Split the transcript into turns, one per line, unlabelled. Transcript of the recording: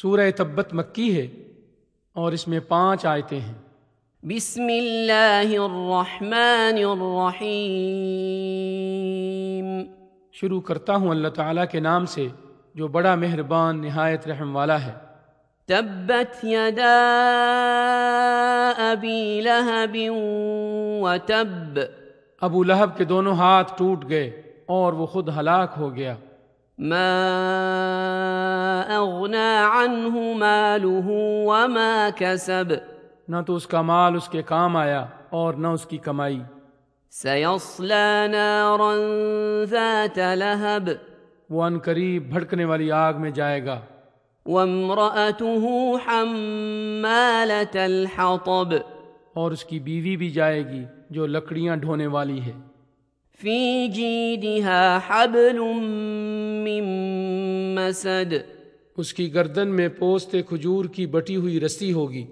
سورہ تبت مکی ہے اور اس میں پانچ آیتیں ہیں
بسم اللہ الرحمن الرحیم
شروع کرتا ہوں اللہ تعالیٰ کے نام سے جو بڑا مہربان نہایت رحم والا ہے
تبت یدا ابی لہب وتب
ابو لہب کے دونوں ہاتھ ٹوٹ گئے اور وہ خود ہلاک ہو گیا
ما اغنى عنه ماله وما كسب
نہ تو اس کا مال اس کے کام آیا اور نہ اس کی کمائی
سيصلى نارا ذات لهب
وہ ان قریب بھڑکنے والی آگ میں جائے گا
وامرأته حمالة الحطب
اور اس کی بیوی بھی جائے گی جو لکڑیاں ڈھونے والی ہے
في جيدها حبل من مسد
اس کی گردن میں پوستے کھجور کی بٹی ہوئی رسی ہوگی